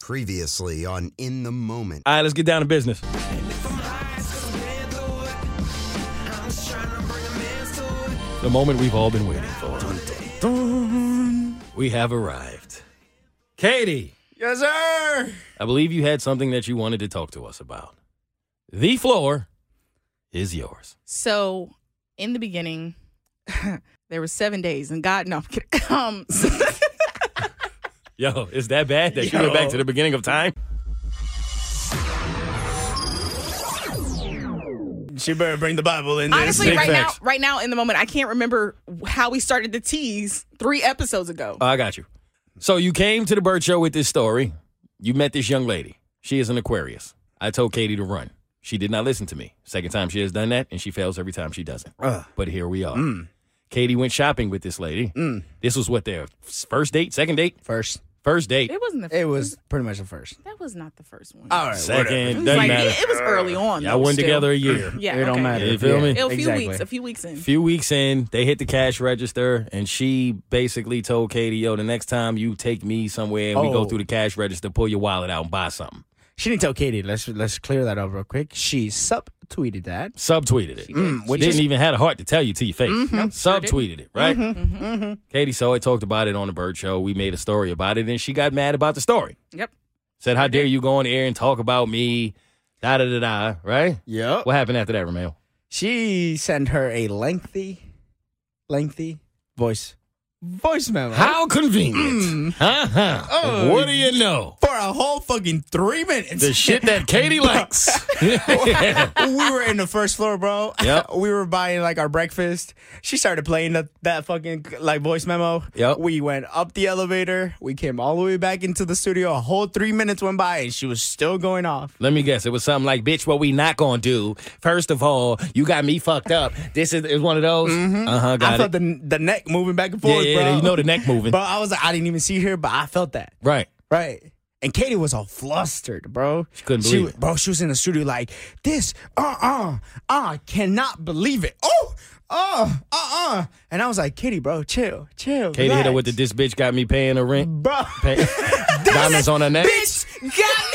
Previously on In the Moment. All right, let's get down to business. The moment we've all been waiting for. We have arrived. Katie, Yes, sir. I believe you had something that you wanted to talk to us about. The floor is yours. So, in the beginning, there were seven days, and God, no, I'm kidding. Um, so- Yo, is that bad that you went back to the beginning of time? She better bring the Bible in this. honestly, big right facts. now, right now, in the moment, I can't remember how we started the tease three episodes ago. Oh, I got you. So you came to the bird show with this story. You met this young lady. She is an Aquarius. I told Katie to run. She did not listen to me. Second time she has done that, and she fails every time she doesn't. But here we are. Mm. Katie went shopping with this lady. This was what their first date, second date, First. first date, it wasn't the. It was Uh, pretty much the first. That was not the first one. All right. whatever. Mm. second. it was, Doesn't like- matter. it, it was early on. Y'all though, went still. together a year. Yeah, It okay. don't matter. You feel Yeah, me? A few exactly. weeks. A few weeks in. few weeks in, they hit the cash register, and she basically told Katie, "Yo, the next time you take me somewhere and we go Oh. through the cash register, pull your wallet out and buy something." She didn't tell Katie. Let's let's clear that up real quick. She subtweeted that. Subtweeted it. Mm, which didn't is- Mm-hmm. even had a heart to tell you to your face. Subtweeted it, right? Katie saw it, talked about it on the Bird Show. We made a story about it, and she got mad about the story. Yep. Said, "How dare you go on air and talk about me?" Da da da da. Right? Yep. What happened after that, Romeo? She sent her a lengthy, lengthy voice voice memo. How convenient. Huh? Mm. Oh. What do you know? For a whole fucking three minutes. The shit that Katie likes. we were in the first floor, bro. Yep. we were buying like our breakfast. She started playing that that fucking like voice memo. Yep. We went up the elevator. We came all the way back into the studio. A whole three minutes went by, and she was still going off. Let me guess. It was something like, "Bitch, what we not gonna do? First of all, you got me fucked up. This is, is one of those. Mm-hmm. Uh huh. Got I it. felt the the neck moving back and Yeah, forth, yeah, bro. you know the neck moving. Bro, I was like, I didn't even see her, but I felt that. right. Right. And Katie was all flustered, bro. She couldn't believe was- it. Bro, she was in the studio like, this, uh-uh, I cannot believe it. Oh, uh, uh-uh. And I was like, Katie, bro, chill, chill. Katie hit her with the this relax." bitch got me paying her rent. Bro, Pay- diamonds on her neck. bitch got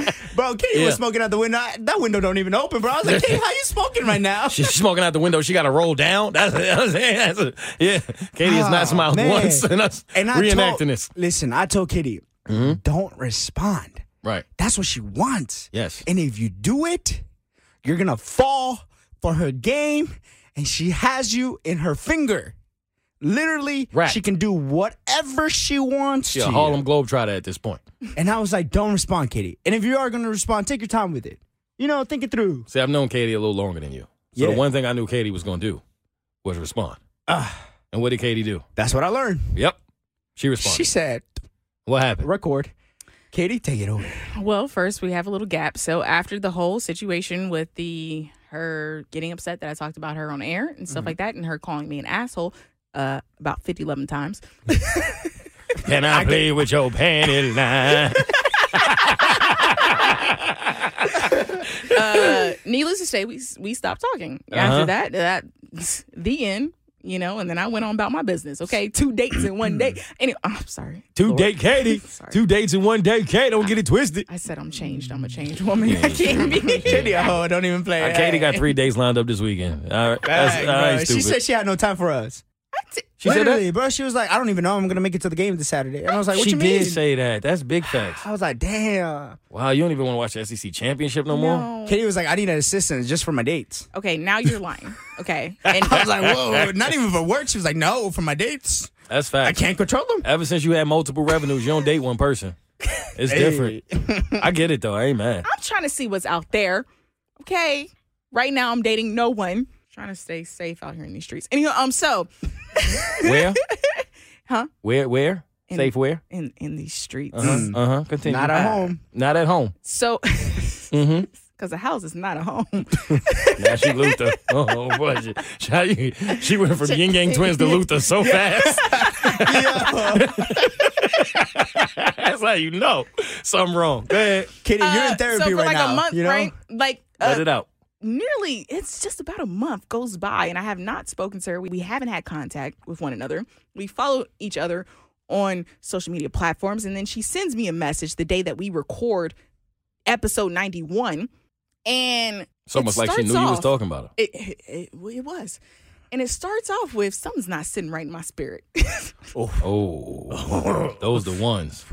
me. bro, Katie Yeah. was smoking out the window. I- That window don't even open, bro. I was like, Katie, how you smoking right now? She's smoking out the window. She got to roll down. That's, that's, that's- yeah. Katie has Oh, not smiled man. once. And us reenacting told, this. Mm-hmm. Listen, I told Kitty, don't respond. Right. That's what she wants. Yes. And if you do it, you're gonna fall for her game, and she has you in her finger. Literally, Right. she can do whatever she wants She a to. you. Harlem Globetrotter at this point. And I was like, don't respond, Kitty. And if you are gonna respond, take your time with it. You know, think it through. See, I've known Katie a little longer than you. So the Yeah. one thing I knew Katie was going to do was respond. Ah. And what did Katie do? That's what I learned. Yep. She responded. She said, what happened? record. Katie, take it over. Well, first we have a little gap. So after the whole situation with the her getting upset that I talked about her on air and stuff like that, and her calling me an asshole uh, about 50, 11 times. Can I play with your panty line? Uh, needless to say, we we stopped talking Uh-huh. after that. That the end, you know. And then I went on about my business. Okay, two dates in one day. Anyway, I'm sorry. Two Lord. date Katie. Sorry. Two dates in one day. Katie, don't get it twisted. I said I'm changed. I'm a Mm. changed woman. I can't be. Katie, oh, don't even play. Uh, it. Katie got three days lined up this weekend. All right. That's, Dang, all bro. right, she stupid. said she had no time for us. She said that? Literally, bro. She was like, I don't even know I'm gonna make it to the game this Saturday. And I was like, What she you did mean? say that. That's big facts. I was like, Damn. Wow, you don't even want to watch the SEC championship no, more. No. Katie was like, I need an assistant just for my dates. Okay, now you're lying. Okay, and I was like, Whoa, not even for work. She was like, No, for my dates. That's I facts. can't control them. Ever since you had multiple revenues, you don't date one person. It's different. I get it though. I ain't mad. I'm trying to see what's out there. Okay. Right now I'm dating no one. Trying to stay safe out here in these streets. Anyway, um, so Where? Huh? Where? Where? in, Safe where? in in these streets. Uh Uh-huh. huh. Uh huh. Continue. Mm. Not at home. Not at home. So, because Mm-hmm. the house is not a home. Now she Luther. Oh boy, she, she, she went from Yin Yang Twins to Luther so fast. That's how you know something wrong. Go ahead, Kitty, you're Uh, in therapy so for right like now. a month, you know? right? Like let uh, it out. nearly, it's just about a month goes by, and I have not spoken to her. We, we haven't had contact with one another. We follow each other on social media platforms, and then she sends me a message the day that we record episode ninety one, and It's almost it like she starts knew you was off- talking about her. It, it, it, well, it was. And it starts off with something's not sitting right in my spirit. Oh, those the ones.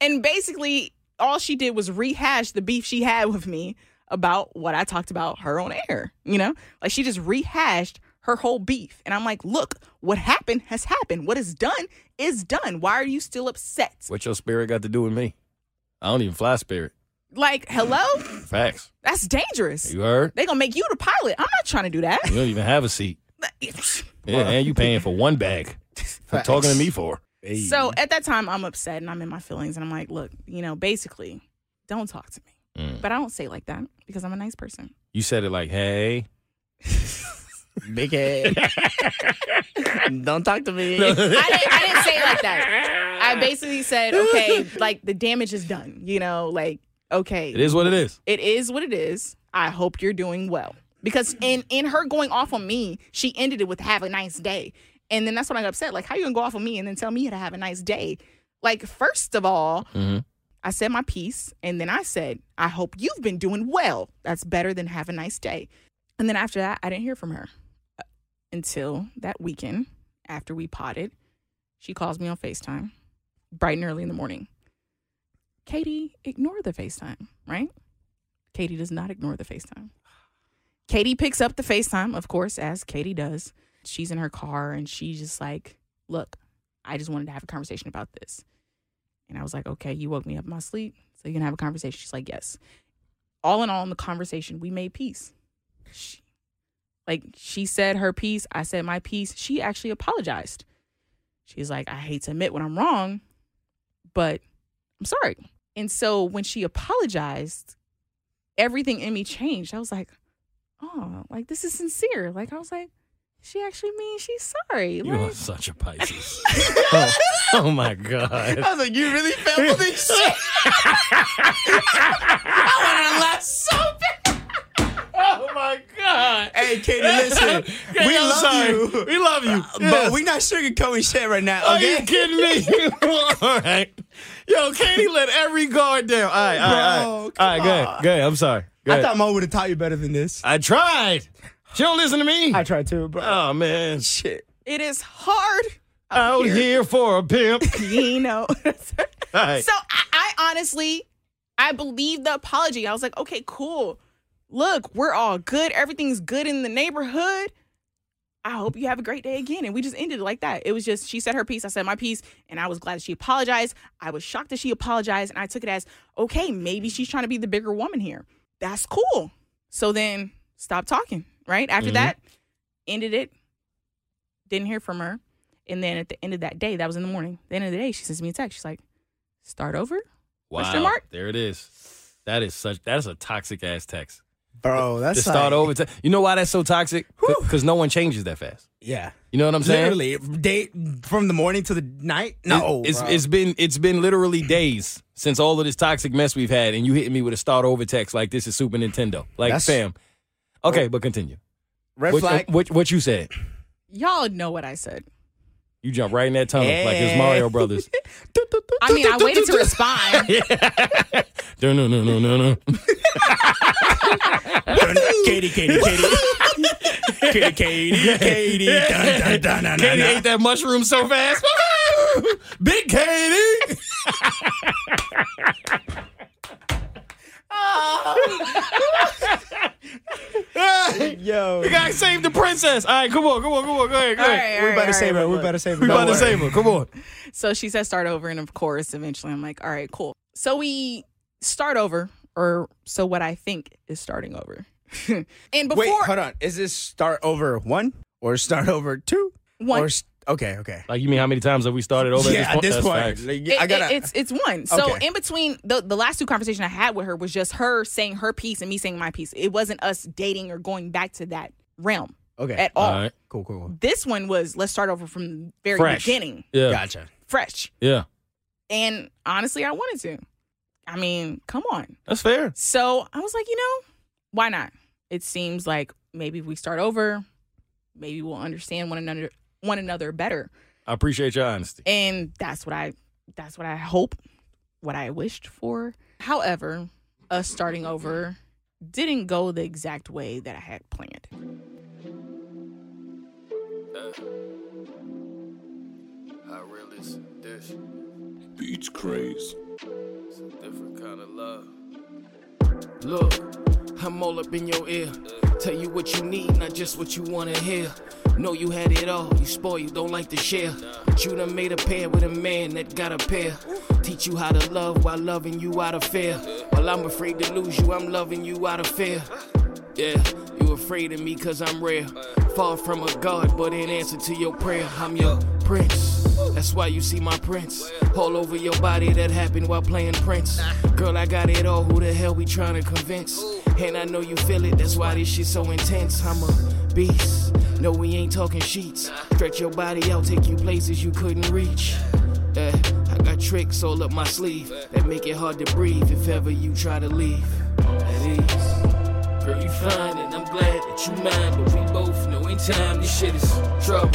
and basically, all she did was rehash the beef she had with me about what I talked about her on air. You know, like she just rehashed her whole beef. And I'm like, look, what happened has happened. What is done is done. Why are you still upset? What your spirit got to do with me? I don't even fly spirit. Like, hello? Facts. That's dangerous. You heard? They gonna make you the pilot. I'm not trying to do that. You don't even have a seat. Yeah, and you paying for one bag. For Facts. talking to me for. So at that time, I'm upset and I'm in my feelings, and I'm like, look, you know, basically, don't talk to me. Mm. But I don't say it like that because I'm a nice person. You said it like, hey. Big head. Don't talk to me. I didn't, I didn't say it like that. I basically said, okay, like the damage is done. You know, like okay, It is what it is. it is what it is. I hope you're doing well because in in her going off on me, she ended it with have a nice day, and then that's when I got upset. Like, how you gonna go off on me and then tell me to have a nice day? Like, first of all, Mhm. I said my piece, and then I said, I hope you've been doing well. That's better than have a nice day. And then after that, I didn't hear from her Uh, until that weekend after we potted. She calls me on FaceTime bright and early in the morning. Katie, ignore the FaceTime, right? Katie does not ignore the FaceTime. Katie picks up the FaceTime, of course, as Katie does. She's in her car and she's just like, Look, I just wanted to have a conversation about this. And I was like, Okay, you woke me up in my sleep, so you can have a conversation. She's like, Yes. All in all, in the conversation, we made peace. She, like, she said her piece, I said my piece. She actually apologized. She's like, I hate to admit when I'm wrong, but I'm sorry. And so when she apologized, everything in me changed. I was like, oh, like this is sincere. Like I was like, she actually means she's sorry. You Like, are such a Pisces. oh, oh my God. I was like, you really fell for this shit? I want to laugh so Oh my God. Hey, Katie, listen. Katie, we I'm love sorry. you. Uh, We love you. But we're not sugarcoating shit right now, Are okay? you kidding me? all right. Yo, Katie let every guard down. All right, all right. All right, Bro, come all right go ahead. on. Go ahead. I'm sorry. Go I ahead. thought Mo would have taught you better than this. I tried. She don't listen to me. I tried to, bro. oh, man. shit. it is hard, Out here. here. for a pimp. you know. All right. So I, I honestly, I believe the apology. I was like, okay, cool. Look, we're all good. Everything's good in the neighborhood. I hope you have a great day again. And we just ended it like that. It was just, she said her piece, I said my piece, and I was glad that she apologized. I was shocked that she apologized, and I took it as, okay, maybe she's trying to be the bigger woman here. That's cool. So then stop talking, right? After Mm-hmm. Mhm. that, ended it, didn't hear from her. And then at the end of that day, that was in the morning, the end of the day, she sends me a text. She's like, start over? Question mark? There it is. That is such. That is a toxic ass text. Bro, that's To start like- over, te- you know why that's so toxic? Because no one changes that fast. Yeah. You know what I'm saying? Literally, day, from the morning to the night? No. It- it's, bro. it's been it's been literally days since all of this toxic mess we've had, and you hitting me with a start over text like this is Super Nintendo, like That's- fam. Okay, but continue. red What, flag. what what you said? Y'all know what I said. You jump right in that tunnel like it's Yeah. Mario Brothers. I mean, I waited to respond. no no no no no no. Katie, Katie, Katie. Katie, Katie, Katie. Dun, dun, dun, dun, Katie dun, ate that mushroom so fast. Big Katie. dun. Yo. You gotta save the princess. All right, come on, come on, come on, go ahead, go All ahead. right, all We right, about all to save right. her. We about to save her. We Don't about to worry. save her. Come on. So she said start over. And of course, eventually I'm like, all right, cool. So we start over, or so what I think is starting over. and before Wait, hold on. Is this start over one or start over two? One. Or, s- Okay, okay. Like, you mean how many times have we started over yeah, at this point? at That's this facts. point, like, It- I it- gotta. it's it's one. So Okay. in between the the last two conversations I had with her was just her saying her piece and me saying my piece. It wasn't us dating or going back to that realm okay, at all. All right. cool, cool, cool. This one was let's start over from the very Fresh. beginning, Yeah. Gotcha. fresh. Yeah. And honestly, I wanted to. I mean, come on. That's fair. So I was like, you know, why not? It seems like maybe if we start over, maybe we'll understand one another one another better. I appreciate your honesty. and that's what i that's what i hope what i wished for however us starting over didn't go the exact way that i had planned How real is this? Beats craze. It's a different kind of love. Look, I'm all up in your ear. Tell you what you need, not just what you wanna hear. Know you had it all, you spoil, you don't like to share. But you done made a pair with a man that got a pair. Teach you how to love while loving you out of fear. While I'm afraid to lose you, I'm loving you out of fear. Yeah, you afraid of me cause I'm rare. Far from a god, but in answer to your prayer, I'm your prince. That's why you see my prince all over your body. That happened while playing Prince. Girl, I got it all. Who the hell we tryna convince? And I know you feel it. That's why this shit so intense. I'm a beast. No, we ain't talking sheets. Stretch your body out, take you places you couldn't reach. Eh, I got tricks all up my sleeve that make it hard to breathe if ever you try to leave. At ease. Girl, you fine, and I'm glad that you mind. But we both know in time this shit is trouble.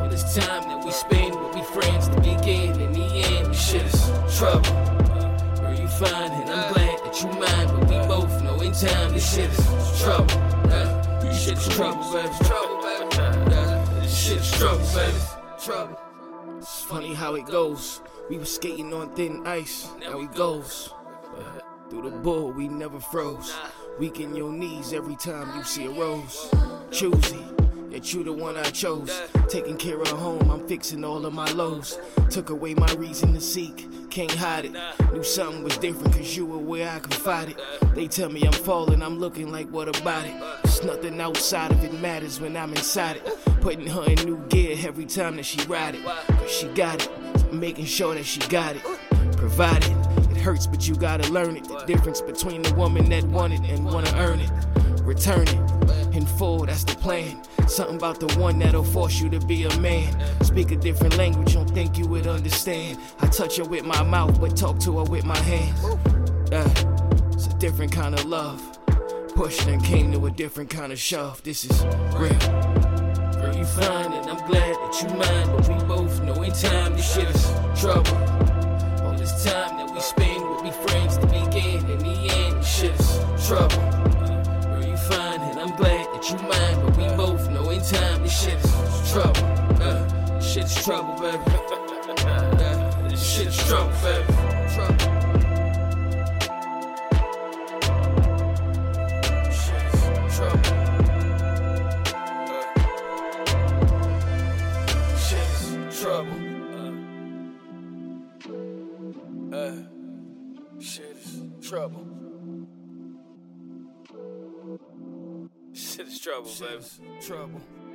All this time that we spend with we friends, the begin and the end, this shit is trouble. Uh, Girl, you fine, and I'm glad that you mind. But we both know in time this shit is trouble. Uh, This shit is trouble, baby. Trouble, baby. Uh, This shit is trouble, baby. Trouble. It's funny how it goes. We was skating on thin ice, now we goes. Through the bull, we never froze. Weak in your knees every time you see a rose. Choosy, yet you the one I chose. Taking care of home, I'm fixing all of my lows. Took away my reason to seek, can't hide it. Knew something was different cause you were where I confided. They tell me I'm falling, I'm looking like what about it? It's nothing outside of it matters when I'm inside it. Putting her in new gear every time that she ride it. Cause she got it, making sure that she got it provided. It hurts, but you gotta learn it. The difference between the woman that wanted and wanna earn it. Return it in full, that's the plan. Something about the one that'll force you to be a man. Speak a different language, don't think you would understand. I touch her with my mouth, but talk to her with my hands. Uh, it's a different kind of love. Pushed and came to a different kind of shove. This is real. Girl, you fine, and I'm glad that you mind. But we both know in time this shit is trouble. All this time that we spend with we friends, the begin and the end, shit's trouble. Girl, you fine, and I'm glad that you mind, but we both know in time this shit is trouble. Uh, shit's trouble, baby. Uh, this shit's trouble, baby. Trouble. Shit's trouble. Uh, shit's Trouble. Uh. Uh, shit is trouble. Shit is trouble, baby. Trouble.